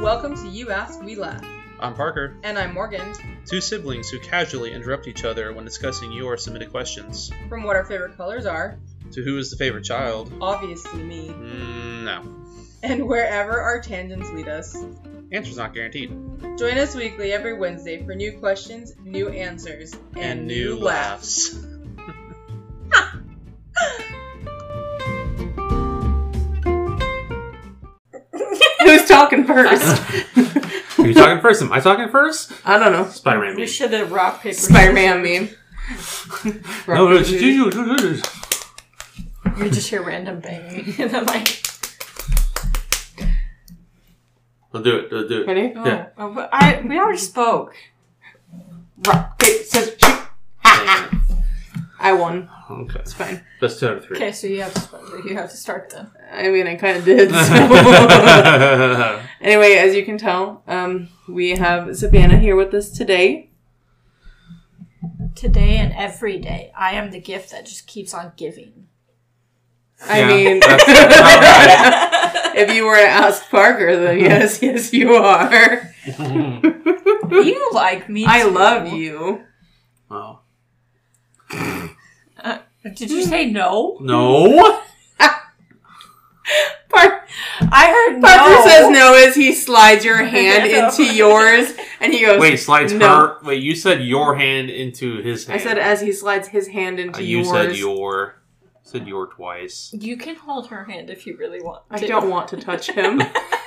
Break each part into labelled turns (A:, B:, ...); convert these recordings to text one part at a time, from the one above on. A: Welcome to You Ask, We Laugh.
B: I'm Parker,
A: And I'm Morgan.
B: two siblings who casually interrupt each other when discussing your submitted questions.
A: From what our favorite colors are,
B: To who is the favorite child?
A: obviously me.
B: Mm, no.
A: And wherever our tangents lead us.
B: Answer's not guaranteed.
A: Join us weekly every Wednesday for new questions, new answers, and,
B: laughs.
A: Who's talking first?
C: Are you talking first? Am I talking first?
A: I don't know.
C: Spider Man.
D: We should have rock paper.
A: Spider Man meme.
C: No, it's it's you. it's you.
D: You just hear random banging, and I'm like,
C: I'll do it. I'll do it.
A: Ready?
D: oh,
C: Yeah.
D: oh, but I we already spoke.
A: Rock, paper, scissors. I won.
C: Okay.
A: It's fine.
C: That's two out of three.
D: Okay, so you have to start. You have to start then.
A: I mean, I kind of did. So.
C: Hi,
A: anyway, as you can tell, um, we have Savannah here with us today.
D: Today and every day, I am the gift that just keeps on giving.
A: I
C: Yeah,
A: mean, if you were to ask Parker, then yes, yes, you are.
D: you like me?
A: I
D: too.
A: love you.
C: Wow.
D: Did you say no?
C: No.
A: Par-
D: I heard
A: Parker
D: no.
A: says no as he slides your hand
D: No.
A: into yours, and he goes.
C: Wait, slides
A: No.
C: her. Wait, you said your hand into his
A: I
C: hand.
A: said as he slides his hand
C: Uh,
A: into
C: you
A: yours.
C: said your. you Said your twice.
D: You can hold her hand if you really want.
A: I
D: to.
A: don't want to touch him.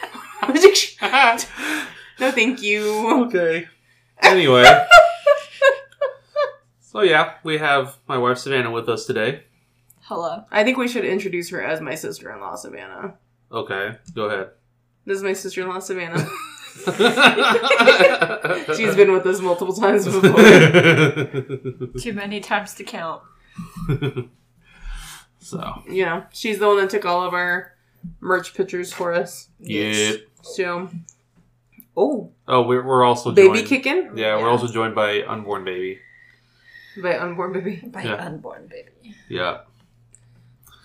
A: no, thank you.
C: okay. Anyway. so yeah, we have my wife Savannah with us today.
D: Hello.
A: I think we should introduce her as my sister-in-law, Savannah.
C: Okay, go ahead.
A: This is my sister-in-law, Savannah. She's
C: She's
A: been with us multiple times before.
D: Too many times to count.
C: so
A: you know, she's the one that took all of our merch pictures for us.
C: yeah.
A: So, oh,
C: Oh, we're, we're also
A: baby
C: joined-
A: kicking
D: Yeah.
C: Yeah, we're also joined by unborn baby.
A: by unborn baby.
D: By
C: Yeah.
D: unborn baby.
C: Yeah.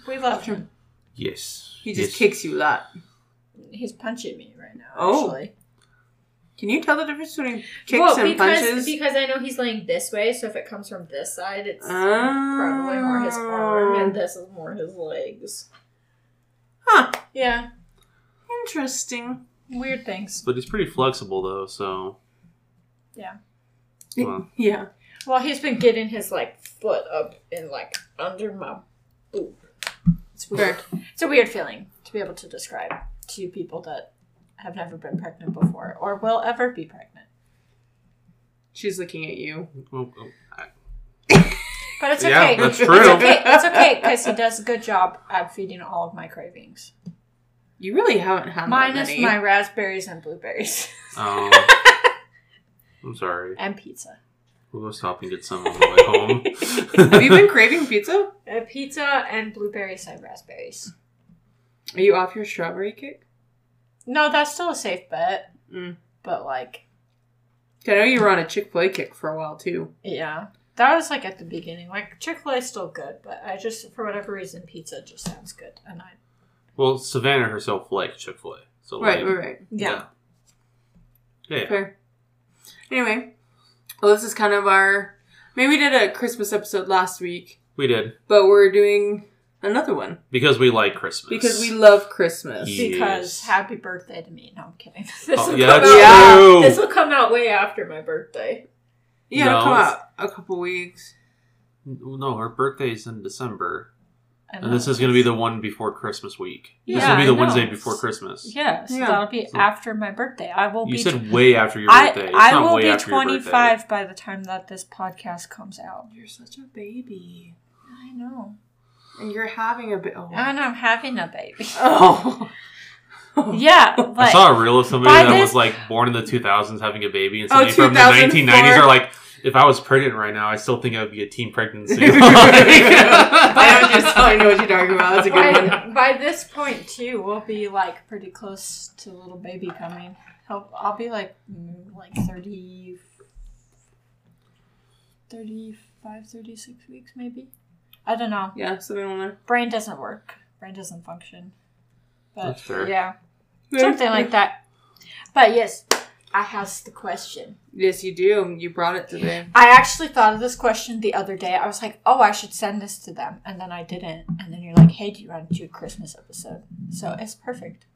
D: We love him.
C: Yes.
A: He just
C: yes.
A: kicks you a lot.
D: He's punching me right now.
A: Oh.
D: Actually.
A: Can you tell the difference between kicks and
E: because,
A: punches?
E: Because I know he's laying this way, so if it comes from this side, it's probably
A: probably
E: more his arm, and this is more his legs.
A: Huh.
E: Yeah.
A: Interesting.
D: Weird things.
C: But he's pretty flexible though, so Wow.
A: yeah.
E: Well, he's been getting his like foot up and like under my boob.
D: It's weird. It's a weird feeling to be able to describe to people that have never been pregnant before or will ever be pregnant.
A: She's looking at you.
C: oh, oh, I-
D: But it's
C: yeah,
D: okay.
C: that's
D: It's
C: true.
D: okay. It's okay because he does a good job at feeding all of my cravings,
A: You really haven't had
D: minus
A: that many.
D: my raspberries and blueberries
C: Um, I'm sorry.
D: and pizza.
C: We'll go stop and get some on the way home.
A: Have you been craving pizza?
D: Uh, pizza and blueberries and raspberries.
A: Are you off your strawberry kick?
D: No, that's still a safe bet.
A: Mm.
D: But like,
A: 'Cause I know you were on a Chick Fil A kick for a while too.
D: yeah, that was like at the beginning. Like Chick Fil A is still good, but I just for whatever reason pizza just sounds good, and I
C: well, Savannah herself liked Chick Fil A, so
A: Right,
C: like,
A: right, right.
D: yeah.
C: yeah. yeah.
A: Fair. Anyway, well, this is kind of our. I mean, we did a Christmas episode last week,
C: We did
A: but we're doing another one
C: because we like Christmas. Oh,
A: because we love Christmas.
C: Yeah.
D: because
C: Yes.
D: happy birthday to me. No, I'm kidding. This
C: Oh,
D: is-
C: yeah, that's
A: Yeah.
C: true.
E: This will come out way after my birthday.
A: Yeah, it'll
C: No,
A: come
C: it's-
A: out a couple weeks.
C: No, her birthday's in December,
D: I
C: and this
D: know.
C: is going to be the one before Christmas week. this
D: Yeah,
C: will be
D: I
C: the
D: know.
C: Wednesday before Christmas.
D: Yes,
A: Yeah.
D: that'll be
C: So-
D: after my birthday. I will
C: you
D: be.
C: said way after your
D: I,
C: birthday. It's
D: I
C: not
D: will
C: way
D: be
C: after your birthday.
D: 25 by the time that this podcast comes out.
A: You're such a baby,
D: I know.
A: and you're having a bit. Oh,
D: And I'm having a baby.
A: oh.
D: yeah,
C: I
D: like
C: saw a reel of somebody
D: by
C: that
D: this-
C: was like born in the 2000s having a baby, and
A: Oh,
C: somebody from the
A: 2004.
C: 1990s are like, if I was pregnant right now, I still think I would be a teen pregnancy.
A: I don't just I know what you're talking about. That's a good one.
D: by, by this point too, we'll be like pretty close to little baby coming. I'll, I'll be like mm, like 30 35 36 weeks maybe. I don't know.
A: Yeah, something on there.
D: brain doesn't work. Brain doesn't function. But
C: That's fair.
D: yeah, something like that. But yes, I has the question.
F: Yes, you do. You brought it today.
D: I actually thought of this question the other day. I was like, oh, I should send this to them, and then I didn't. And then you're like, hey, do you want to do a Christmas episode? So it's perfect.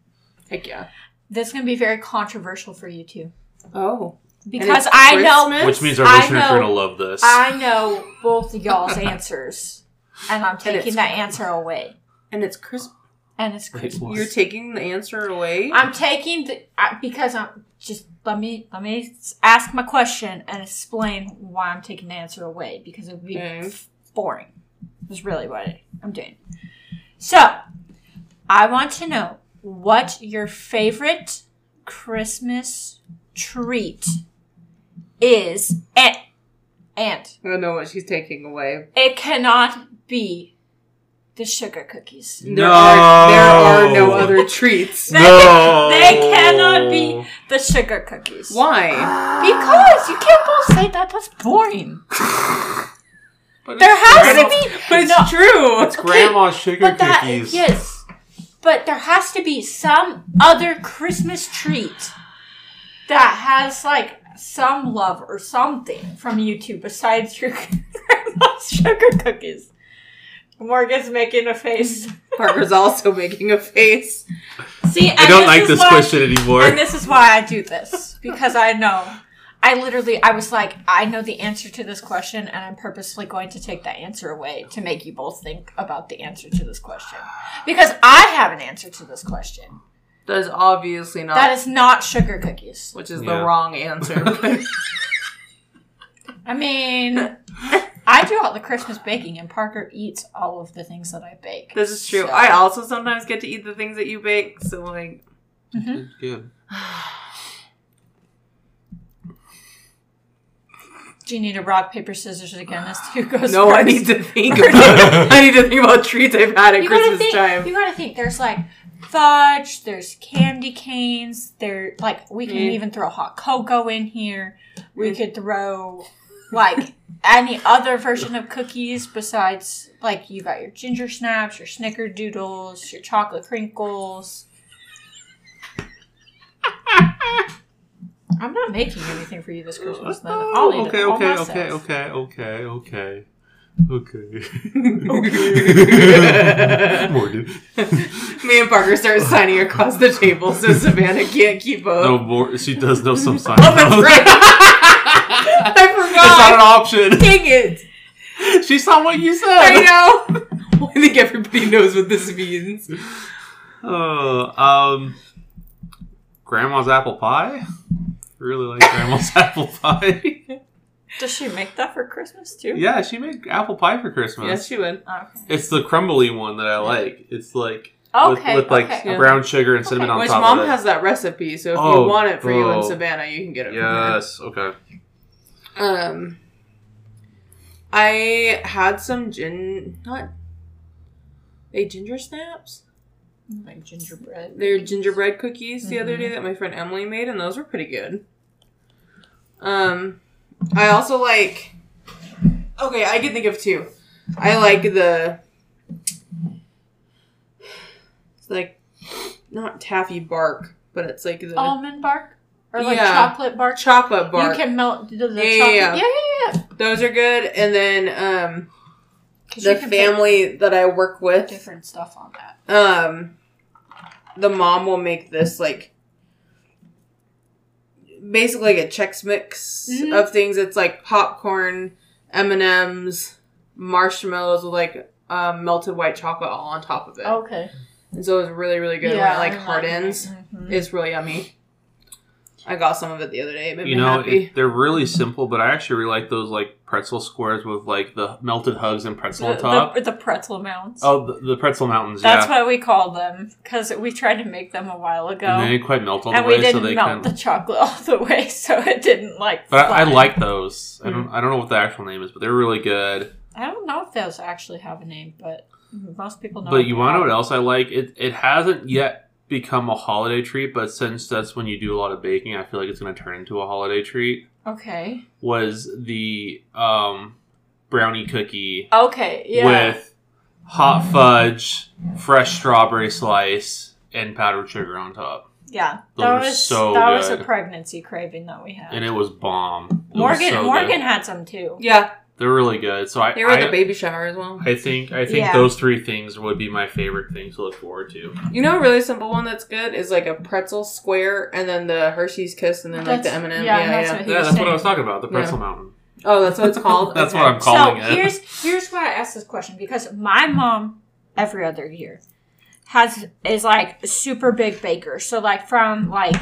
F: Heck yeah.
D: This is gonna be very controversial for you too,
F: Oh. And
D: because
F: it's
D: I know
F: Christmas?
C: Which means our
D: I
C: listeners are
D: know-
C: going to love this.
D: I know both of y'all's answers, and I'm
F: it's-
D: taking that answer away.
F: And it's Christmas.
D: And it's
C: Wait,
D: Christmas.
C: what?
F: You're taking the answer away?
D: I'm taking the I, because I'm just let me let me s- ask my question and explain why I'm taking the answer away because it would be
F: Okay.
D: f- boring. Is really what I- I'm doing. So, I want to know what your favorite Christmas treat is, and and
F: I don't know what she's taking away.
D: it cannot be the sugar cookies.
F: There are
C: Oh.
F: there are no other treats.
D: They- they cannot be- The sugar cookies.
F: Why?
D: Because you can't both say that. That's boring.
C: But
D: There
C: it's
D: has
C: grandma-
D: to be,
F: But it's
D: No,
F: true.
C: It's grandma's sugar
D: but that
C: cookies.
D: yes, but there has to be some other Christmas treat that has like some love or something from you two besides your grandma's sugar cookies. Morgan's making a face.
F: Parker's also making a face.
D: See, and
C: I don't
D: this
C: like
D: is
C: this
D: why-
C: question anymore.
D: And this is why I do this because I know. I literally, I was like, I know the answer to this question, and I'm purposely going to take that answer away to make you both think about the answer to this question because I have an answer to this question.
F: That is obviously not
D: That is not sugar cookies.
F: which is
C: Yeah.
F: the wrong answer.
D: I mean, I do all the Christmas baking, and Parker eats all of the things that I bake.
F: this is true.
D: So-
F: I also sometimes get to eat the things that you bake, so like
C: Good.
D: Do you need a rock paper scissors again as to who goes
F: no
D: first?
F: I need to think about I need to think about treats I've had at
D: you gotta
F: Christmas
D: think,
F: time.
D: You gotta think. There's like fudge. There's candy canes. There, like we can
F: Mm.
D: even throw hot cocoa in here. We
F: Mm.
D: could throw like any other version of cookies besides like you got your ginger snaps, your snickerdoodles, your chocolate crinkles. I'm not making anything for you this Christmas. Then I'll
F: Oh,
D: eat
C: okay,
D: it all
C: okay,
D: myself.
C: okay, okay, okay, okay, okay, Morgan.
F: Me and Parker start signing across the table so Savannah can't keep up.
C: No, Mor- she does know some sign.
F: Oh, that's right.
C: It's not an
F: I forgot.
C: option.
F: Dang it.
C: She saw what you said.
F: I know. I think everybody knows what this means.
C: Oh, um, grandma's apple pie. Really like grandma's apple pie.
D: Does she make that for Christmas too?
C: Yeah, she made apple pie for Christmas.
F: Yes, she would.
D: Okay.
C: It's the crumbly one that I like. It's like
D: Oh. Okay.
C: with, with like
D: okay.
F: Yeah.
C: brown sugar and cinnamon
D: Okay.
C: on
F: Which
C: top
F: mom
C: of it.
F: has that recipe, so if
C: Oh,
F: you want it for you and
C: oh.
F: Savannah, you can get it.
C: yes. Okay.
F: From her. Um, I had some gin. Not they ginger snaps.
D: Like gingerbread.
F: They're gingerbread cookies the other
D: Mhm.
F: day that my friend Emily made, and those were pretty good. Um, I also like. Okay, I can think of two. I like the. It's like, not taffy bark, but it's like the
D: almond bark or like
F: Yeah.
D: chocolate bark.
F: chocolate bark.
D: Oh, You can melt the, the
F: Yeah, yeah,
D: chocolate.
F: yeah.
D: Yeah, yeah, yeah.
F: those are good, and then um,
D: 'Cause
F: the
D: you can put
F: family that I work with,
D: different stuff on that.
F: um, the mom will make this like basically like a Chex Mix
D: Mhm.
F: of things. It's like popcorn, M and M's, marshmallows with like um, melted white chocolate all on top of it,
D: Okay.
F: and so it's really really good when it like hardens.
D: Mm-hmm.
F: It's really yummy. I got some of it the other day. It made
C: You
F: me
C: know,
F: happy.
C: it, they're really simple, but I actually really like those like pretzel squares with like the melted hugs and pretzel on
D: The,
C: top.
D: the, the pretzel mounds.
C: oh, the, the pretzel mountains.
D: That's
C: yeah.
D: what we call them because we tried to make them a while ago,
C: and they
D: and,
C: didn't quite melt all the
D: we
C: way, so
D: didn't
C: they
D: melt
C: kind
D: the chocolate all the way, so it didn't like.
C: But I, I
D: fly.
C: like those. I don't.
D: Mm.
C: I don't know what the actual name is, but they're really good.
D: I don't know if those actually have a name, but most people know.
C: But you want to know what
D: know.
C: else I like? It it hasn't yet become a holiday treat, but since that's when you do a lot of baking, I feel like it's going to turn into a holiday treat.
D: Okay.
C: Was the um, brownie cookie
D: Okay. Yeah.
C: with hot fudge, fresh strawberry slice, and powdered sugar on top.
D: Yeah,
C: Those
D: that
C: were
D: was
C: so
D: that was a
C: good.
D: pregnancy craving that we had.
C: and it was bomb. It was
D: Morgan
C: so
D: Morgan
C: good.
D: had some too.
F: Yeah,
C: they're really good. So I,
F: they were at
C: I-
F: the baby shower as well.
C: I think I think
D: Yeah.
C: those three things would be my favorite things to look forward to.
F: You know, a really simple one that's good is like a pretzel square, and then the Hershey's kiss, and then like the M and m Yeah, yeah.
D: that's what he
C: Yeah,
D: was
C: that's what
D: saying.
C: I was talking about. The
F: Yeah.
C: pretzel mountain.
F: Oh, that's what it's called.
C: That's
F: Okay.
C: what I'm calling
D: so
C: it.
D: here's here's why I asked this question because my mom every other year has is like a super big baker. So like from like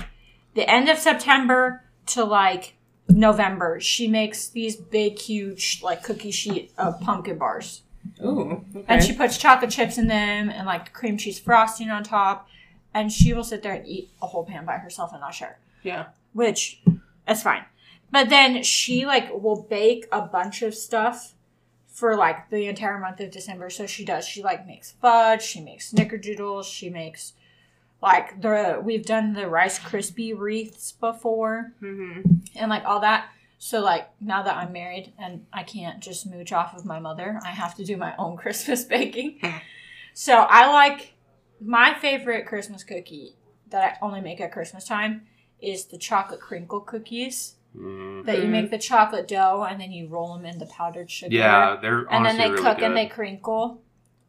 D: the end of September to like November, she makes these big huge like cookie sheet of pumpkin bars.
F: Ooh, okay.
D: And she puts chocolate chips in them and like cream cheese frosting on top. And she will sit there and eat a whole pan by herself and not share
F: yeah.
D: which that's fine. But then she like will bake a bunch of stuff for like the entire month of December. So she does. She like makes fudge. She makes snickerdoodles. She makes like the we've done the Rice Krispie wreaths before
F: hmm
D: and like all that. So like now that I'm married and I can't just mooch off of my mother, I have to do my own Christmas baking.
C: Hmm.
D: so I like my favorite Christmas cookie that I only make at Christmas time is the chocolate crinkle cookies
C: Mm.
D: that you
F: Mhm.
D: make the chocolate dough and then you roll them in the powdered sugar.
C: Yeah, they're
D: And then
C: honestly
D: they
C: really
D: cook
C: good.
D: and they crinkle.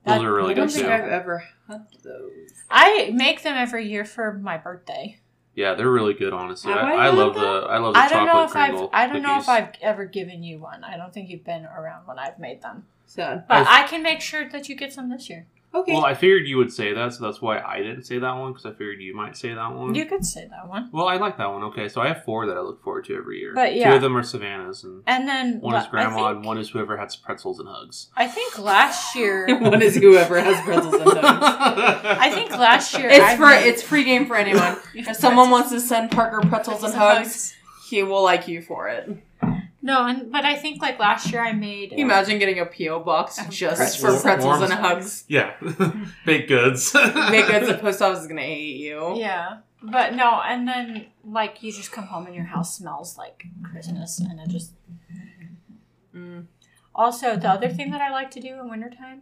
C: Those
D: That-
C: are really
F: I don't
C: good
F: think
C: too.
F: I've ever had those.
D: I make them every year for my birthday.
C: Yeah, they're really good. Honestly,
F: Have
C: I,
F: I
C: I
F: had
C: love
F: that?
C: the I love the
D: I don't know
C: chocolate
D: if I've
C: crinkle.
D: I don't know if
C: cookies.
D: I've ever given you one. I don't think you've been around when I've made them.
F: Sad.
D: But
C: I
D: I can make sure that you get some this year.
F: Okay.
C: Well, I figured you would say that, so that's why I didn't say that one because I figured you might say that one.
D: You could say that one.
C: Well, I like that one. Okay, so I have four that I look forward to every year.
D: But
C: two
D: yeah.
C: of them are Savannah's, and
D: And then
C: one
D: la-
C: is Grandma,
D: I
C: and
D: think,
C: one is whoever had pretzels and hugs.
D: I think last year.
F: one is whoever has pretzels and donuts.
D: I
C: I
D: think last year. I
F: It's for
D: made-
F: it's free game for anyone. If someone wants to send Parker pretzels and hugs, he will like you for it. Can
D: No, and but I think like last year I made.
F: you imagine getting a PO box just
C: Pretzels.
F: for pretzels
C: Warm.
F: and hugs?
C: yeah, baked goods.
F: Make it the post office is gonna hate you.
D: Yeah, but no, and then like you just come home and your house smells like Christmas, and it just.
F: Mm.
D: Also, the other thing that I like to do in wintertime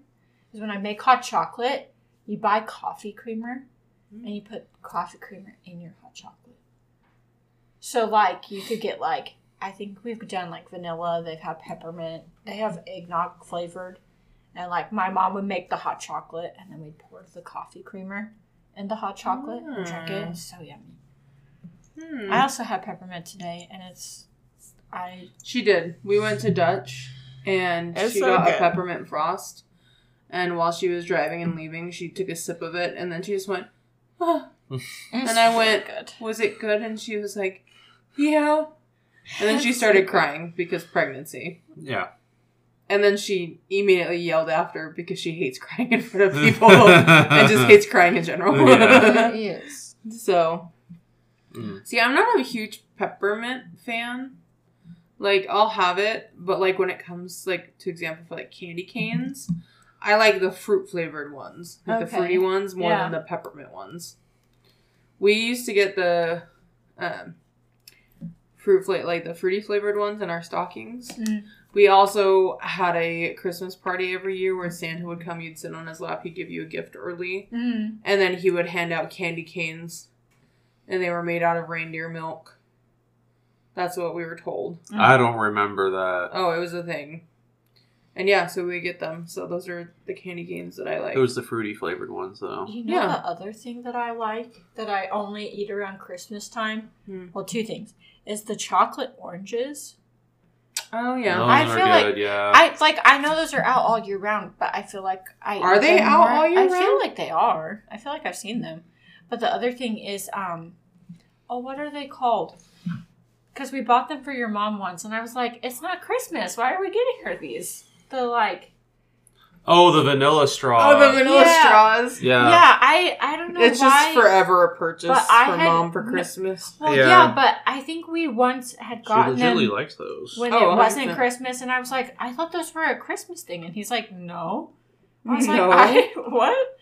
D: is when I make hot chocolate, you buy coffee creamer and you put coffee creamer in your hot chocolate. So, like, you could get, like, I think we've done, like, vanilla, they've had peppermint, they have eggnog flavored. And, like, my mom would make the hot chocolate and then we'd pour the coffee creamer in the hot chocolate and drink it.
F: Mm.
D: It's so yummy.
F: Hmm.
D: I also had peppermint today and it's. I
F: She did. We went to Dutch and
E: It's
F: she
E: so
F: got a
E: good.
F: peppermint frost. And while she was driving and leaving, she took a sip of it and then she just went, "Ah,
D: and
F: I went-
D: good.
F: Was it good? And she was like, Yeah. And then she started crying because pregnancy.
C: yeah.
F: And then she immediately yelled after because she hates crying in front of people and just hates crying in general.
C: Yeah.
E: Yes.
F: so,
C: Mm.
F: see, I'm not a huge peppermint fan. Like, I'll have it, but like when it comes, like to example for like candy canes, I like the fruit flavored ones, like the
D: Okay.
F: fruity ones more
D: Yeah.
F: than the peppermint ones. We used to get the um, fruit fla- like the fruity flavored ones in our stockings.
D: Mm.
F: We also had a Christmas party every year where Santa would come, you'd sit on his lap, he'd give you a gift early,
D: Mm.
F: and then he would hand out candy canes, and they were made out of reindeer milk. That's what we were told.
C: I don't remember that.
F: Oh, it was a thing. And yeah, so we get them. So those are the candy canes that I like.
C: It was the fruity flavored ones though.
D: You know
F: Yeah.
D: the other thing that I like that I only eat around Christmas time?
F: Hmm.
D: Well, two things. Is the chocolate oranges.
F: oh yeah.
C: Those
D: I
C: are
D: feel
C: good,
D: like
F: Oh.
C: yeah.
D: I like I know those are out all year round, but I feel like I
F: Are
D: eat
F: they
D: them
F: out
D: more-
F: all year
D: I feel
F: round?
D: like they are. I feel like I've seen them. But the other thing is um oh what are they called? Cuz we bought them for your mom once and I was like, "It's not Christmas. Why are we getting her these?" The like
C: oh, the vanilla straw.
F: oh, the vanilla
D: yeah.
F: straws.
C: yeah.
D: Yeah, I I don't know
F: It's
D: why
F: just forever a purchase
D: But I
F: for
D: had
F: mom for
D: no-
F: Christmas.
D: Well,
C: Yeah.
D: yeah. but I think we once had gotten
C: she
D: them
C: legitimately likes those.
D: when
F: Oh,
D: it
F: 100%.
D: wasn't Christmas, and I was like, I thought those were a Christmas thing, and he's like, No. I was
F: No.
D: like, I what?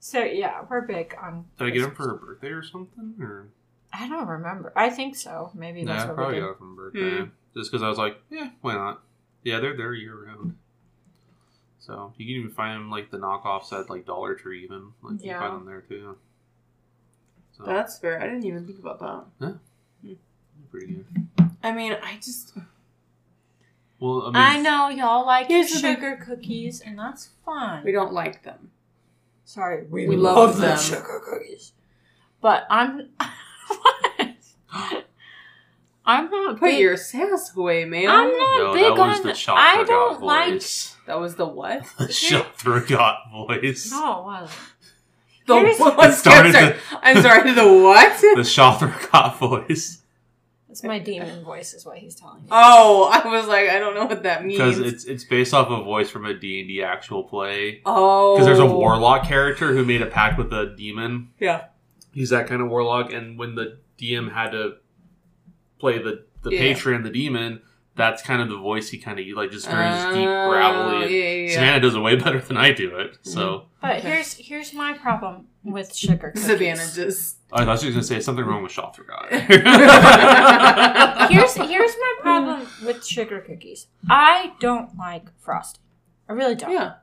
D: So yeah, we're big on.
C: Did I get them
D: Christmas.
C: for her birthday or something? Or
D: I don't remember. I think so. Maybe
C: nah,
D: that's
C: I
D: what
C: probably
D: we
C: got
D: did.
C: it from birthday. Just because I was like, yeah, why not? Yeah, they're they're year round. So you can even find them like the knockoffs at like Dollar Tree, even like you can
D: Yeah.
C: find them there too. So
F: That's fair. I didn't even think about that.
C: pretty good.
F: I mean, I just
C: Well, I mean,
D: I know y'all like your
F: Here's the
D: sugar cookies, and that's fine.
F: we don't like them.
D: Sorry, we,
F: We
D: love,
F: love
D: the
F: them.
D: sugar cookies. But I'm I'm not
F: Put
D: big,
F: your sass away, man.
D: I'm not
C: No,
D: big
C: that was
D: on
C: the shot
D: I
C: forgot
D: don't like
C: voice.
F: That was the what?
C: The shot forgot voice.
D: No, it wasn't.
F: The
D: Here's-
F: what?
C: It started
F: I'm sorry.
C: the-
F: I'm sorry. The what?
C: The shot forgot voice
E: It's my demon voice, is what he's telling me.
F: Oh, I was like, I don't know what that
C: because
F: means.
C: it's it's based off a voice from a D and D actual play.
F: oh,
C: Because there's a warlock character who made a pact with a demon.
F: Yeah.
C: he's that kind of warlock. And when the DM had to play the the
F: Yeah.
C: patron, the demon, that's kind of the voice he kind of like just very just deep gravelly.
F: Oh,
C: and
F: Yeah, yeah, Mm-hmm. yeah.
C: Savannah does it way better than I do it. So
D: But
F: Okay.
D: here's here's my problem with sugar cookies.
F: Savannah just.
C: I thought she was gonna say something wrong with shot forgot.
D: here's here's my problem with sugar cookies. I don't like frosting. I really don't.
F: Yeah.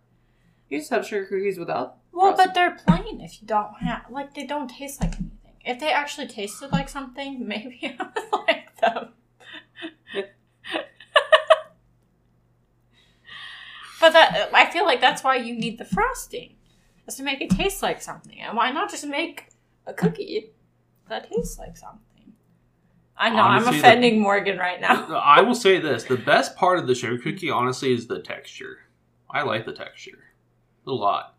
F: You just have sugar cookies without.
D: Well,
F: frosting.
D: but they're plain if you don't have like they don't taste like anything. If they actually tasted like something, maybe I would like them. but that I feel like that's why you need the frosting. Is to make it taste like something. And why not just make a cookie that tastes like something? I know
C: Honestly,
D: I'm
C: the-
D: offending Morgan right now.
C: I will say this: the best part of the sugar cookie, honestly, is the texture. I like the texture a lot.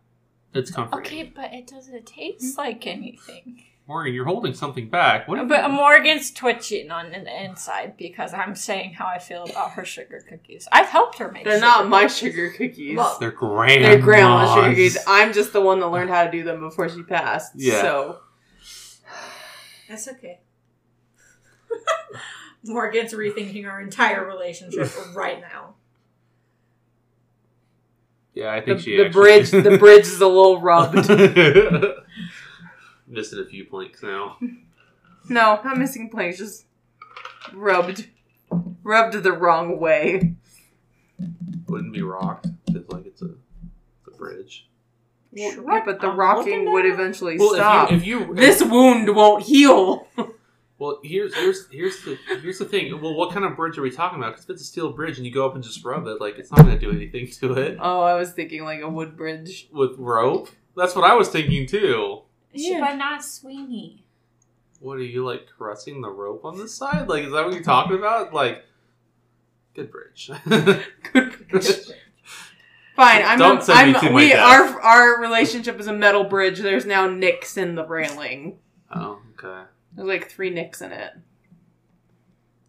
C: It's comforting.
D: Okay, but it doesn't
C: Hmm?
D: taste like anything.
C: Morgan, you're holding something back.
F: Uh,
C: What?
D: But Morgan's twitching on the inside because I'm saying how I feel about her sugar cookies. I've helped her make.
F: they're not my sugar cookies.
D: Well,
C: They're grandma's.
F: They're grandma's sugar cookies. I'm just the one that learned how to do them before she passed.
C: Yeah.
F: So
E: That's okay. Morgan's rethinking our entire relationship right now.
C: Yeah, I
F: the,
C: think she.
F: the
C: actually-
F: bridge, the bridge is a little rubbed.
C: Missing a few planks now.
F: no, not missing planks, just rubbed, rubbed the wrong way.
C: Wouldn't be rocked because like it's a, it's a bridge.
F: Well,
D: Sure,
F: yeah, but the
D: I'm looking
F: rocking would
D: down.
F: eventually
C: Well,
F: stop.
C: if you, if you
F: this wound won't heal.
C: well here's here's here's the here's the thing. Well, what kind of bridge are we talking about? Because if it's a steel bridge and you go up and just rub it, like it's not going to do anything to it
F: Oh, I was thinking like a wood bridge.
C: with rope. That's what I was thinking too.
F: Yeah.
D: But not Sweeney.
C: What are you like caressing the rope on this side? Like, is that what you're talking about? Like, good bridge.
F: Good bridge. Fine, I'm.
C: Don't
F: a,
C: send me
F: I'm-
C: to my
F: we
C: death.
F: our our relationship is a metal bridge. There's now nicks in the railing.
C: oh, okay.
F: There's like three nicks in it.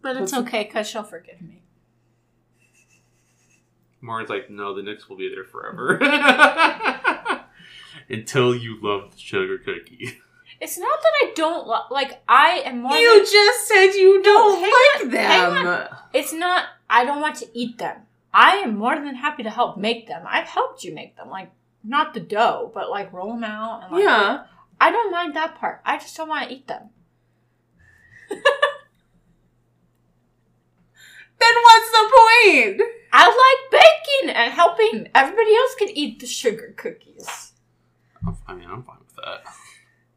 D: But it's okay because she'll forgive me.
C: Mara's like, no, the Knicks will be there forever. Mm-hmm. Until you love the sugar cookie.
D: It's not that I don't lo- like. I am Morgan.
F: You just said you don't
D: hang
F: like
D: hang
F: them.
D: It's not. I don't want to eat them. I am more than happy to help make them. I've helped you make them, like not the dough, but like roll them out and like.
F: Yeah.
D: I don't mind that part. I just don't want to eat them.
F: Then what's the point?
D: I like baking and helping. Everybody else can eat the sugar cookies.
C: I'm- I mean, I'm fine with that.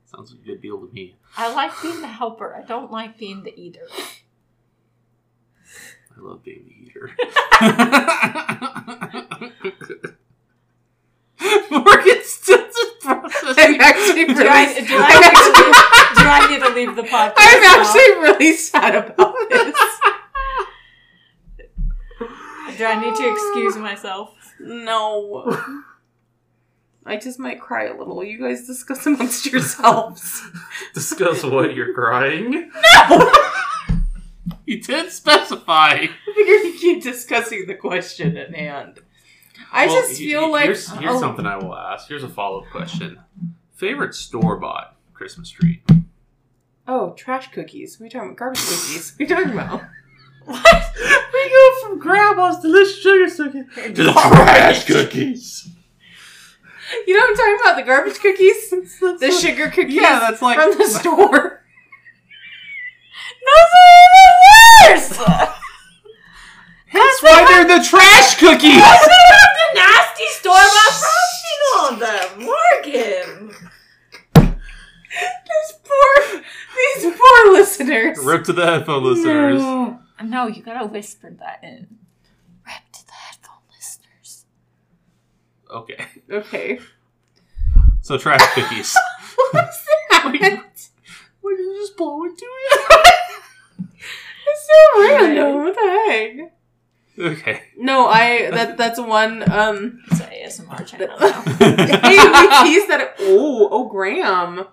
C: Sounds like a good deal to me.
D: I like being the helper. I don't like being the eater.
C: I love being the eater. Morgan still just processing.
F: I'm actually really.
D: Do I, do,
F: I'm actually-
D: I need to leave, do I need to leave the podcast?
F: I'm
D: now?
F: actually really sad about this.
D: Do I need to excuse myself?
F: no. I just might cry a little. You guys discuss amongst yourselves.
C: Discuss what you're crying. No! you did specify.
F: I figure you keep discussing the question at hand. I
C: Well,
F: just
C: he-
F: feel
C: he-
F: like
C: here's, here's
F: oh,
C: something I will ask. Here's a follow up question: favorite store bought Christmas treat?
F: oh, trash cookies. What are you talking about? Garbage cookies. What are you talking about?
D: What?
C: We go from grandma's delicious sugar cookies to the trash cookies.
F: You know what I'm talking about? The garbage cookies? The sugar cookies
C: Yeah, that's like
F: from the store.
D: Those are even worse!
C: that's why they're the trash cookies.
D: the nasty store bought
E: Frosting on them, Morgan.
F: This poor listeners.
C: Rip to the headphone listeners.
D: No. no, you gotta whisper that in. Rip to the headphone listeners.
C: Okay.
F: Okay.
C: So trash cookies.
F: What's that?
C: Why did you just blow into
F: It's so random. What the heck?
C: it? Okay.
F: No, I that that's one. Um,
D: It's an ASMR channel now.
F: hey, we teased that. Oh, oh, Graham.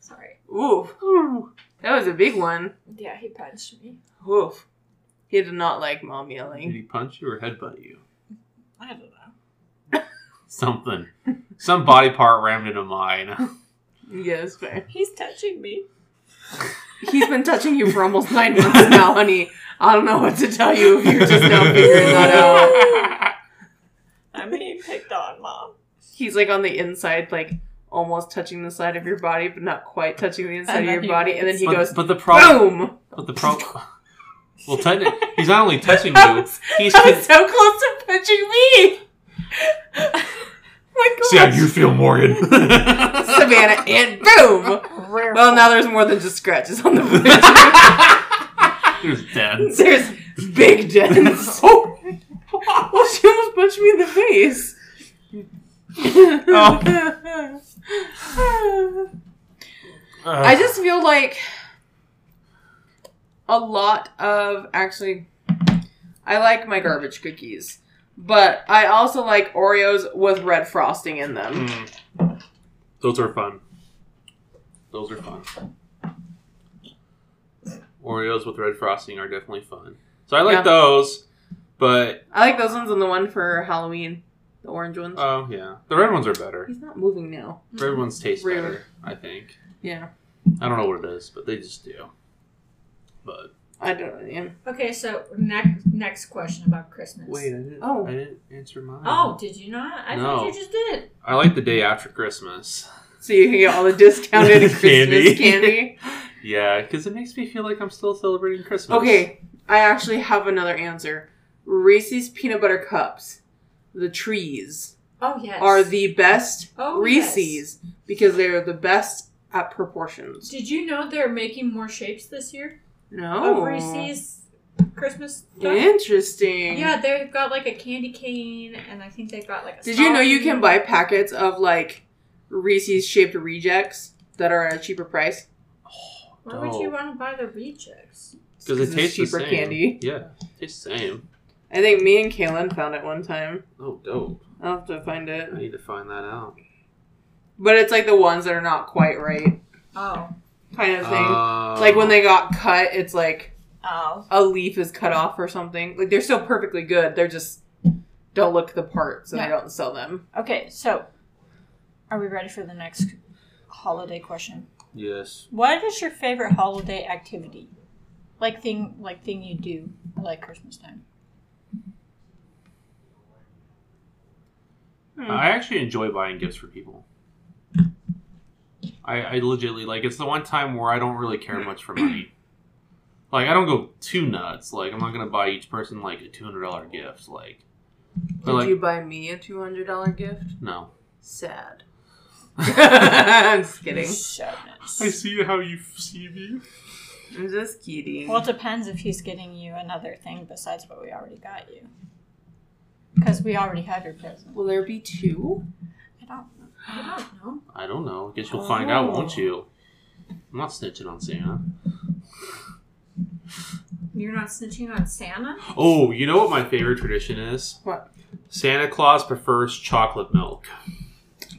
D: Sorry.
F: Ooh, that was a big one.
D: Yeah, he punched me.
F: Oof. He did not like mom
C: Did
F: yelling.
C: he punch you or headbutt you?
D: I don't know.
C: Something. Some body part rammed into mine.
F: Yes, fair.
D: He's touching me.
F: He's been touching you for almost nine months now, honey. I don't know what to tell you if you're just now figuring that out.
D: I'm being picked on, mom.
F: He's like on the inside, like almost touching the side of your body, but not quite touching the inside
D: And
F: of
D: then
F: your
D: he
F: body, and then he
C: but,
F: goes,
C: but the problem.
F: boom!
C: But the problem. Well, technically, he's not only touching you. He's.
F: I was so close to punching me. my
C: See how
F: God.
C: you feel, Morgan.
F: Savannah, and boom. Well, now there's more than just scratches on the bridge.
C: There's dead.
F: there's big dents. oh, well, she almost punched me in the face.
C: Oh. Uh,
F: I just feel like a lot of actually, I like my garbage cookies, but I also like Oreos with red frosting in them.
C: Mm. Those are fun. Those are fun. Oreos with red frosting are definitely fun. So I like
F: Yeah.
C: those, but
F: I like those ones and the one for Halloween, the orange ones.
C: oh yeah, the red ones are better.
F: He's not moving now.
C: Red ones taste
F: Really?
C: better, I think.
F: Yeah,
C: I don't know what it is, but they just do. But
F: I don't. Yeah.
E: Okay, so next next question about Christmas.
C: I didn't.
F: Oh.
C: I didn't answer mine.
E: Oh, did you not? I
C: No.
E: thought you just did.
C: I like the day after Christmas.
F: So you can get all the discounted Christmas
C: Candy.
F: candy.
C: Yeah, because it makes me feel like I'm still celebrating Christmas.
F: Okay, I actually have another answer. Reese's peanut butter cups, the trees
E: Oh yes.
F: are the best
E: oh, yes.
F: Reese's because they are the best at proportions.
E: Did you know they're making more shapes this year
F: No,
E: of Reese's Christmas stuff?
F: Interesting.
E: Yeah, they've got like a candy cane, and I think they've got like a.
F: Did you know you
E: star.
F: can buy packets of like Reese's shaped rejects that are at a cheaper price?
E: Why would you
C: Dope.
E: want to buy the rejects?
C: Because Oh, it
F: it's
C: tastes
F: cheaper
C: the same.
F: candy.
C: Yeah, tastes the same.
F: I think me and Kaylin found it one time.
C: Oh, dope.
F: I'll have to find it.
C: I need to find that out.
F: But it's like the ones that are not quite right
E: Oh,
F: kind of thing.
C: Um,
F: like when they got cut, it's like
D: Oh.
F: a leaf is cut off or something. Like they're still perfectly good. They're just don't look the part, so they
D: Yeah.
F: don't sell them.
D: Okay, so are we ready for the next holiday question?
C: Yes.
D: What is your favorite holiday activity? Like thing like thing you do like Christmas time.
C: I actually enjoy buying gifts for people. I, I legitly like it's the one time where I don't really care much for money. Like I don't go too nuts. Like I'm not gonna buy each person like a two hundred dollar gift. Like, but,
F: Did
C: like
F: you buy me a two hundred dollar gift?
C: no.
F: Sad. I'm just kidding.
D: So
C: I
D: nice.
C: see how you see me.
F: I'm just kidding.
D: Well, it depends if he's getting you another thing besides what we already got you. Because we already have your present.
F: Will there be two?
D: I don't
E: I don't know.
C: I don't know. Guess you'll find out,
F: Oh.
C: won't you? I'm not snitching on Santa.
E: You're not snitching on Santa.
C: Oh, you know what my favorite tradition is?
F: What?
C: Santa Claus prefers chocolate milk.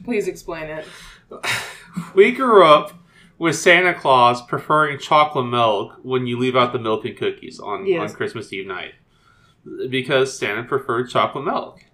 F: Please explain it.
C: We grew up with Santa Claus preferring chocolate milk when you leave out the milk and cookies on,
F: Yes.
C: on Christmas Eve night because Santa preferred chocolate milk.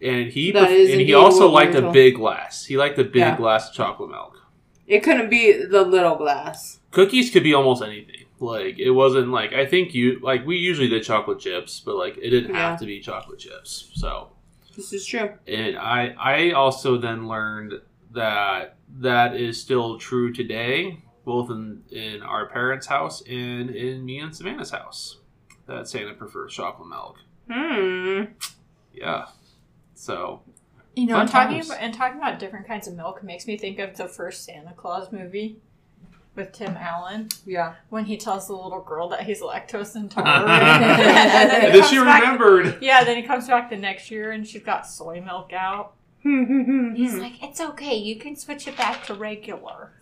C: And he
F: That
C: pref-
F: is
C: and he
F: indeed
C: also
F: what we
C: liked
F: were
C: a
F: told.
C: big glass. He liked a big
F: Yeah.
C: glass of chocolate milk.
F: It couldn't be the little glass.
C: Cookies could be almost anything. Like it wasn't like I think you like we usually did chocolate chips, but like it didn't
F: Yeah.
C: have to be chocolate chips. So
F: This is true.
C: and I I also then learned that that is still true today, both in in our parents' house and in me and Savannah's house. That Santa prefers chocolate milk.
F: Hmm.
C: Yeah. So
D: You know,
C: Fun
D: and talking
C: times.
D: about, and talking about different kinds of milk makes me think of the first Santa Claus movie with Tim Allen
F: Yeah.
D: when he tells the little girl that he's lactose intolerant. And then he
C: and then she
D: comes back-
C: remembered.
D: Yeah, then he comes back the next year and she's got soy milk out. He's
F: He's
D: like, it's okay, you can switch it back to regular.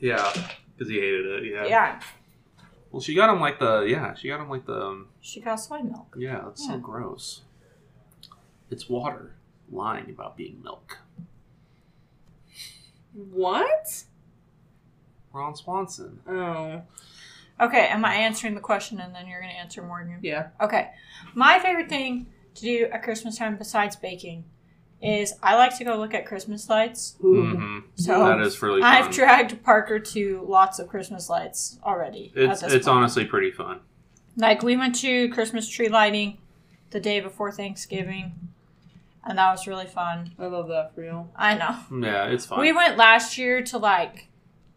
C: Yeah, because he hated it. Yeah.
D: Yeah,
C: Well, she got him like the yeah. She got him like the um,
D: she got soy milk.
C: yeah. That's
D: Yeah.
C: so gross. It's water lying about being milk.
F: what?
C: Ron Swanson.
F: Oh.
D: Okay, am I answering the question and then you're going to answer Morgan?
F: Yeah.
D: Okay. My favorite thing to do at Christmas time besides baking is I like to go look at Christmas lights.
C: hmm
D: So
C: that is really. Fun.
D: I've dragged Parker to lots of Christmas lights already.
C: It's
D: at this
C: it's
D: point.
C: honestly pretty fun.
D: Like we went to Christmas tree lighting the day before Thanksgiving, and that was really fun.
F: I love that for you.
D: I know.
C: Yeah, it's fun.
D: We went last year to like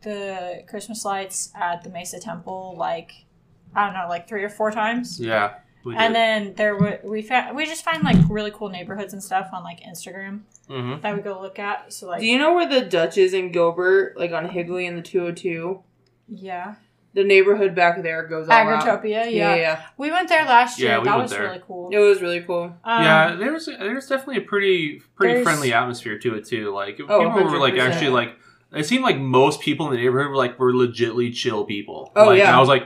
D: the Christmas lights at the Mesa Temple, like I don't know, like three or four times.
C: yeah. We
D: And then there were we found we just find like really cool neighborhoods and stuff on like Instagram
C: hmm
F: um,
D: that we go look at. So like
F: Do you know where the Dutch is in Gilbert, like on Higley and the 202?
D: yeah,
F: The neighborhood back there goes all out.
D: Agrotopia. Yeah.
F: Yeah, yeah,
D: we went there last year.
C: Yeah, we
D: that
C: went
D: was
C: there.
D: really cool.
F: yeah. It was really cool.
D: Um,
C: yeah, there's there's definitely a pretty pretty
D: There's-
C: friendly atmosphere to it too. Like
F: Oh,
C: people were like
F: 100%.
C: actually like it seemed like most people in the neighborhood were like were legitly chill people.
F: Oh,
C: like,
F: yeah.
C: I was like,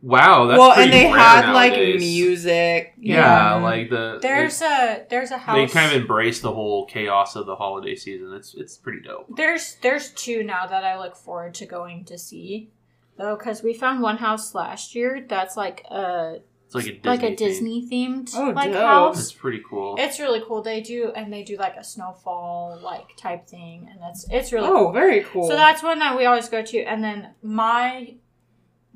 C: wow, that's
F: well,
C: pretty
F: and they
C: rare
F: had like
C: nowadays.
F: music.
C: Yeah, like the
D: There's a there's a
C: they,
D: house.
C: they kind of embrace the whole chaos of the holiday season. It's it's pretty dope.
D: There's there's two now that I look forward to going to see, though, because we found one house last year that's like a
C: It's like a Disney
D: like a
C: thing.
D: Disney themed
F: Oh,
D: like
F: dope.
C: It's
D: house.
C: pretty cool.
D: It's really cool. They do and they do like a snowfall like type thing, and that's it's really
F: Oh, very cool.
D: So that's one that we always go to. And then my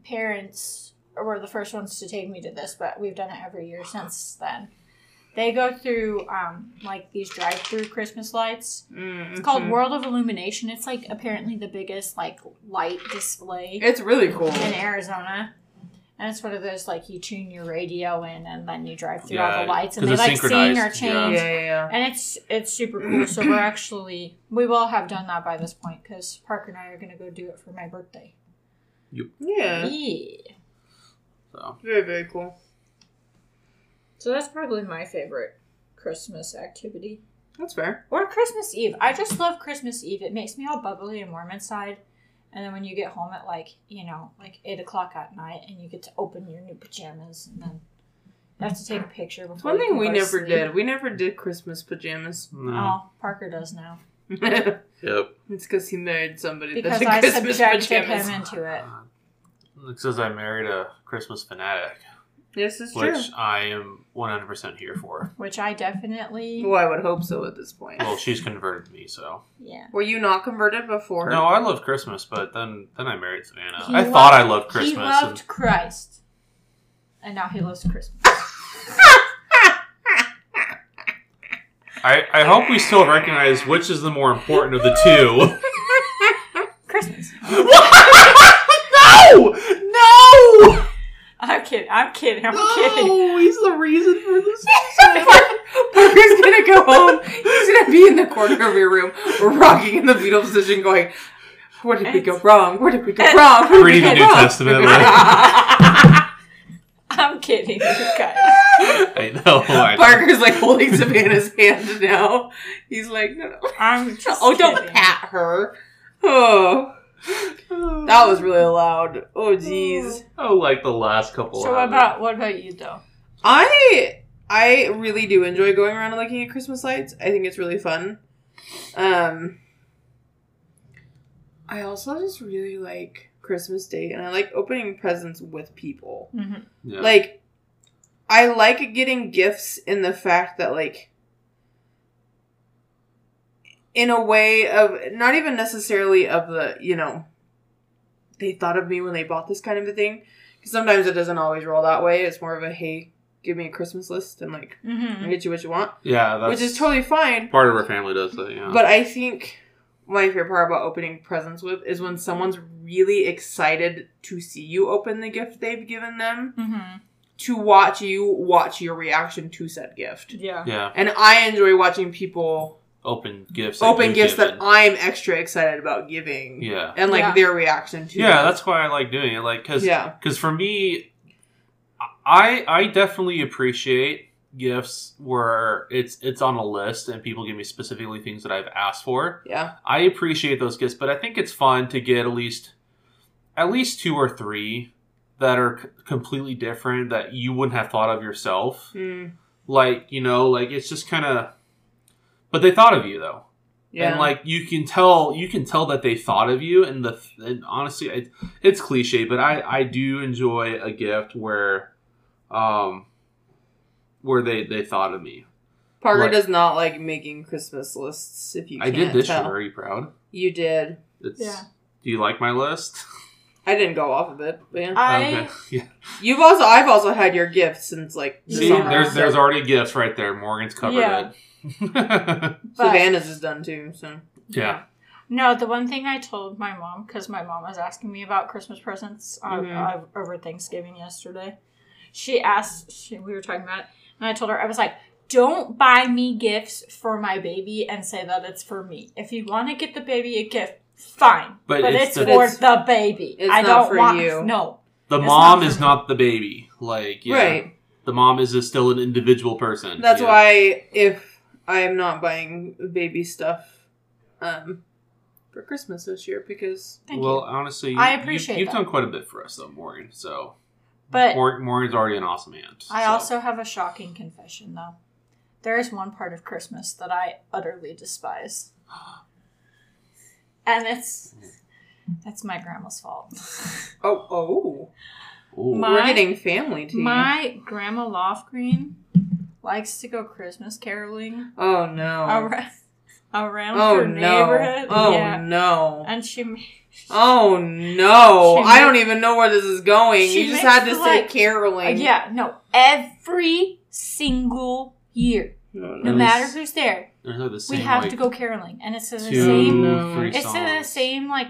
D: parents were the first ones to take me to this, but we've done it every year since then. They go through um, like these drive-through Christmas lights.
F: Mm,
D: It's
C: Mm-hmm.
D: called
F: mhm.
D: World of Illumination. It's like apparently the biggest like light display
F: It's really cool.
D: in Arizona. And it's one of those like you tune your radio in and then you drive through all
C: Yeah,
D: the lights and
C: 'cause
D: they
C: it's
D: like sing or
C: synchronized,
F: Yeah,
D: change.
F: yeah, yeah.
D: And it's it's super cool. So we're actually we will have done that by this point because Parker and I are gonna go do it for my birthday.
F: Yeah,
D: Yeah.
C: so
F: very, very cool.
D: So that's
E: Probably my favorite.
D: Christmas activity
F: That's fair.
D: or Christmas Eve. I just love Christmas Eve. It makes me all bubbly and warm inside. And then when you get home at like you know like eight o'clock at night and you get to open your new pajamas and then you have to take a picture.
F: It's
D: Before
F: one
D: you
F: thing
D: can
F: we
D: go to
F: never
D: sleep.
F: did. We never did Christmas pajamas.
C: no.
D: Oh, Parker does now
F: it's
C: Yep.
F: because he married somebody that
D: because
F: did
D: I
F: Christmas
D: subjected
F: pajamas.
D: him into it.
F: Oh.
C: It says I married a Christmas fanatic,
F: This is true.
C: which I am 100% here for.
D: Which I definitely.
F: Well, I would hope so at this point.
C: Well, she's converted me, so.
D: Yeah.
F: Were you not converted before?
C: No, I love Christmas, but then then I married Savannah.
D: He
C: I
D: loved-
C: thought I loved Christmas.
D: He
C: and-
D: loved Christ. And now he loves Christmas.
C: I, I hope we still recognize which is the more important of the two.
D: Christmas.
C: no! No!
D: I'm kidding. I'm kidding. I'm kidding.
C: No! He's the reason for this.
F: Parker's gonna go home. He's gonna be in the corner of your room, rocking in the fetal position, going, "Where did we go wrong? Where did we go wrong?" Where did we
C: Reading the
F: go
C: New
F: wrong?"
C: Testament. Like,
D: I'm kidding, you guys.
C: I know. I know.
F: Parker's like holding Savannah's hand now. He's like, "No, no,
D: I'm just
F: oh, don't
D: kidding.
F: pat her." Oh, that was really loud. Oh, jeez.
C: Oh, like the last couple.
D: So what
C: hours.
D: about what about you though?
F: I I really do enjoy going around and looking at Christmas lights. I think it's really fun. Um I also just really like Christmas Day and I like opening presents with people.
D: Mm-hmm.
C: Yeah.
F: Like I like getting gifts in the fact that like in a way of not even necessarily of the, you know, they thought of me when they bought this kind of a thing. Cause sometimes it doesn't always roll that way. It's more of a hey, give me a Christmas list and like
D: Mm-hmm.
F: I'll get you what you want.
C: yeah, Mm-hmm. that's
F: Which is totally fine.
C: part of our family does that. Yeah,
F: But I think my favorite part about opening presents with is when someone's really excited to see you open the gift they've given them
D: Mm-hmm.
F: to watch you watch your reaction to said gift.
D: Yeah.
C: yeah.
F: And I enjoy watching people
C: open gifts. that
F: open
C: you've
F: gifts
C: given.
F: that I'm extra excited about giving.
C: yeah,
F: And like
D: Yeah.
F: their reaction to
C: yeah.
F: it.
C: That's why I like doing it. Like, cause
F: yeah.
C: because for me i i definitely appreciate gifts where it's it's on a list and people give me specifically things that i've asked for
F: Yeah.
C: i appreciate those gifts but i think it's fun to get at least at least two or three that are c- completely different that you wouldn't have thought of yourself
F: Mm,
C: like you know like it's just kind of but they thought of you though
F: yeah.
C: and like you can tell, you can tell that they thought of you. And the and honestly, it, it's cliche, but I I do enjoy a gift where, um, where they they thought of me.
F: Parker
C: like-
F: does not like making Christmas lists if you
C: I
F: can't
C: did this
F: tell.
C: year. Are you proud?
F: You did.
C: It's,
D: Yeah.
C: Do you like my list?
F: I didn't go off of it, but yeah.
C: Uh,
D: I
C: okay. Yeah.
F: You've also I've also had your gifts since like the
C: See,
F: summer,
C: there's
F: so-
C: there's already gifts right there. Morgan's covered
D: Yeah.
C: it.
D: but-
F: Savannah's is done too, so
C: Yeah.
D: No, the one thing I told my mom because my mom was asking me about Christmas presents uh,
F: Mhm.
C: Mm-hmm.
D: uh, over Thanksgiving yesterday. She asked. She, we were talking about, it, and I told her I was like, "Don't buy me gifts for my baby and say that it's for me. If you want to get the baby a gift, fine,
C: But
D: but,
C: it's
D: it's,
C: the-
D: for
F: It's-
D: the baby.
F: it's
D: I
F: not
D: don't
F: for
D: want
F: you.
D: no.
C: the
D: It's
C: mom
D: not-
C: is not the baby. Like yeah,
F: right.
C: the mom is a, still an individual person.
F: That's
C: Yeah.
F: why if I am not buying baby stuff um for Christmas this year because
D: Thank
C: well,
D: you.
C: honestly,
D: I
C: you've-
D: appreciate
C: you've,
D: that.
C: done quite a bit for us, though, Morgan. So,
D: But-
C: Mor- Morgan's already an awesome aunt.
D: I
C: so.
D: also have a shocking confession though. There is one part of Christmas that I utterly despise. And it's that's my grandma's fault.
F: oh oh
C: Ooh.
D: My-
F: we're getting family tea.
D: my grandma Lofgren likes to go Christmas caroling
F: oh no.
D: around, around
F: Oh
D: her
F: no.
D: neighborhood.
F: Oh
D: yeah.
F: no.
D: And she uh, ma-
F: Oh no!
D: She
F: I
D: ma-
F: don't even know where this is going.
D: She
F: You just
D: makes
F: had to
D: the,
F: say
D: like-
F: caroling.
D: Yeah, no. Every single year. No
C: Nice.
D: matter who's there,
C: Those are the same,
D: we have
C: like,
D: to go caroling. And it's in the
C: two,
D: same
F: same-
C: three
D: It's in the
C: songs.
D: same like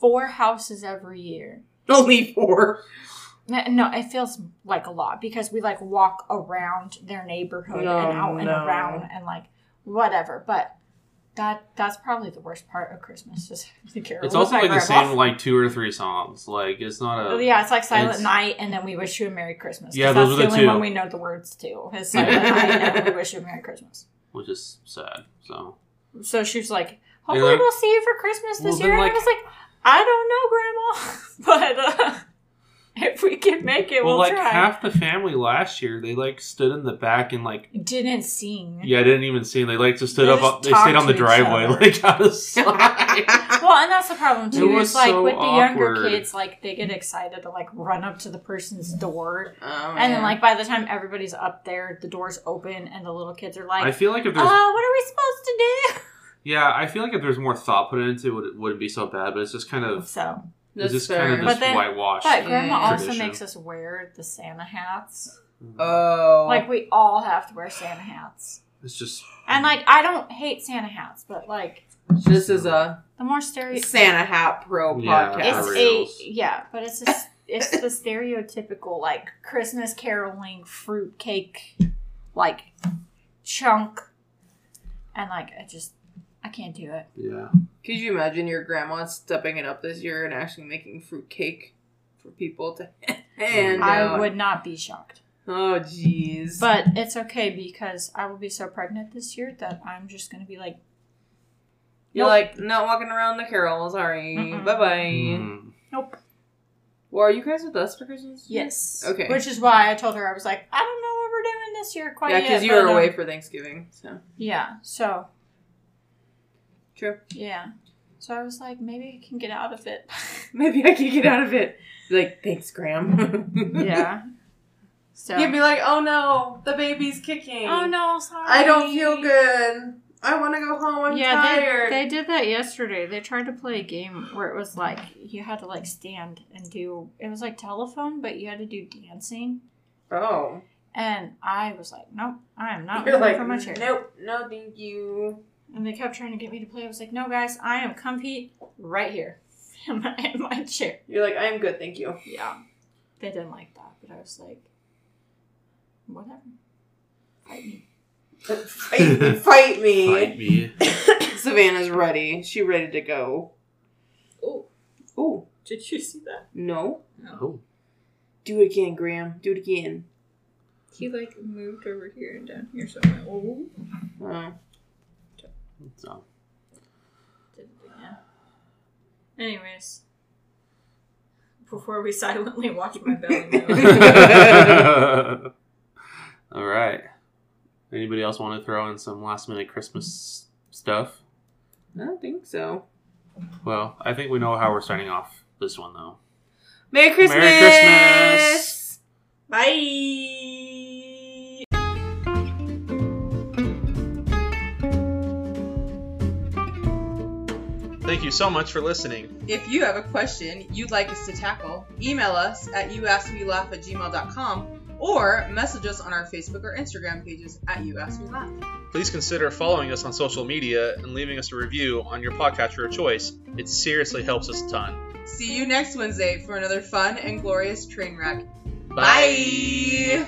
D: four houses every year.
F: Only four.
D: N- No, it feels like a lot because we like walk around their neighborhood
F: No,
C: Oh,
D: and out and
F: no.
D: around and like whatever. But that that's probably the worst part of Christmas. Just the carol.
C: It's
D: with
C: also
D: my
C: like the
D: grandma.
C: same, like two or three songs. Like it's not a.
D: Yeah, it's like Silent
C: It's-
D: Night, and then we wish you a Merry Christmas. 'cause
C: Yeah,
D: that's
C: those
D: the
C: are the
D: only
C: two.
D: one we know the words to. Is Silent Night, and we wish you a Merry Christmas.
C: which is sad. So
D: So she was like,
C: And
D: "Hopefully,
C: like-
D: we'll see you for Christmas
C: Well,
D: this
C: then,
D: year."
C: like-
D: and I was like, "I don't know, Grandma, but uh, if we can make it, we'll,
C: well, like
D: try."
C: half the family last year, they like stood in the back and like
D: Didn't sing.
C: yeah, I didn't even see. They like just stood
D: They
C: up.
D: just
C: they stayed
D: talked
C: on the
D: to each
C: driveway,
D: other.
C: like out of sight.
D: Well, and that's the problem too.
C: It was
D: is like
C: so
D: with the younger
C: awkward.
D: kids, like they get excited to like run up to the person's door,
F: Oh,
D: and
F: yeah.
D: then like by the time everybody's up there, the door's open, and the little kids are
C: I
D: like,
C: feel like if
D: "Uh,
C: there's
D: what are we supposed to
C: yeah, I feel like if there's more thought put into it, it wouldn't be so bad. But it's just kind
D: do?"
C: of
D: So,
C: it's
F: That's
C: just
F: fair.
C: kind of
D: But
C: just
D: then-
C: whitewashed.
D: but Grandma
F: Yeah.
D: also
C: Tradition.
D: makes us wear the Santa hats.
F: oh,
D: Like we all have to wear Santa hats.
C: It's just
D: And like I don't hate Santa hats, but like
F: this is a
D: the more stereo
F: Santa Hat Pro
C: Yeah,
F: podcast.
D: it's
C: for
D: a
C: reals.
D: yeah, but it's a, it's the stereotypical like Christmas caroling fruit cake like chunk and like I just I can't do it.
C: yeah.
F: Could you imagine your grandma stepping it up this year and actually making fruit cake for people to hand
D: I
F: out?
D: would not be shocked.
F: Oh, jeez.
D: But it's okay because I will be so pregnant this year that I'm just going to be like
F: you're
D: Nope.
F: like not walking around the carol. Sorry.
D: Mm-mm.
F: Bye bye.
B: Mm-hmm.
C: Mm.
D: nope.
F: Well, are you guys with us for Christmas? this year?
D: Yes.
F: Okay.
D: Which is why I told her I was like, I don't know what we're doing this year quite
F: Yeah,
D: yet.
F: because you
D: but,
F: were
D: um,
F: away for Thanksgiving. So
D: Yeah. So
F: true.
D: yeah. So I was like, maybe I can get out of it.
F: Maybe I could get out of it. Like, thanks, Graham.
D: yeah. So.
F: You'd be like, oh no, the baby's kicking.
D: oh no! Sorry.
F: I don't feel good. I want to go home. I'm
D: yeah,
F: tired.
D: they they did that yesterday. They tried to play a game where it was like you had to like stand and do. It was like telephone, but you had to do dancing.
F: oh,
D: And I was like, nope, I am not
F: you're
D: moving
F: like,
D: from my chair.
F: nope, no, thank you.
D: And they kept trying to get me to play. I was like, no, guys, I am comfy right here in my, in my chair.
F: You're like, I'm good, thank you.
D: Yeah. They didn't like that, but I was like, whatever. Fight me.
F: Fight, fight me.
C: Fight me.
F: Savannah's ready. She ready to go.
D: Oh,
F: Ooh,
D: did you see that?
F: no.
C: Oh.
F: Do it again, Graham. Do it again.
D: He like moved over here and down here somewhere. Oh,
F: Uh,
C: So,
D: did it again. Anyways, before we silently watch my belly move,
C: all right. Anybody else want to throw in some last minute Christmas stuff?
F: I don't think so.
C: Well, I think we know how we're starting off this one though.
F: Merry Christmas!
C: Christmas!
D: bye.
B: Thank you so much for listening.
A: If you have a question you'd like us to tackle, email us at youaskmelaugh at gmail.com or message us on our Facebook or Instagram pages at youaskmelaugh.
B: Please consider following us on social media and leaving us a review on your podcatcher of choice. It seriously helps us a ton.
A: See you next Wednesday for another fun and glorious train wreck. Bye.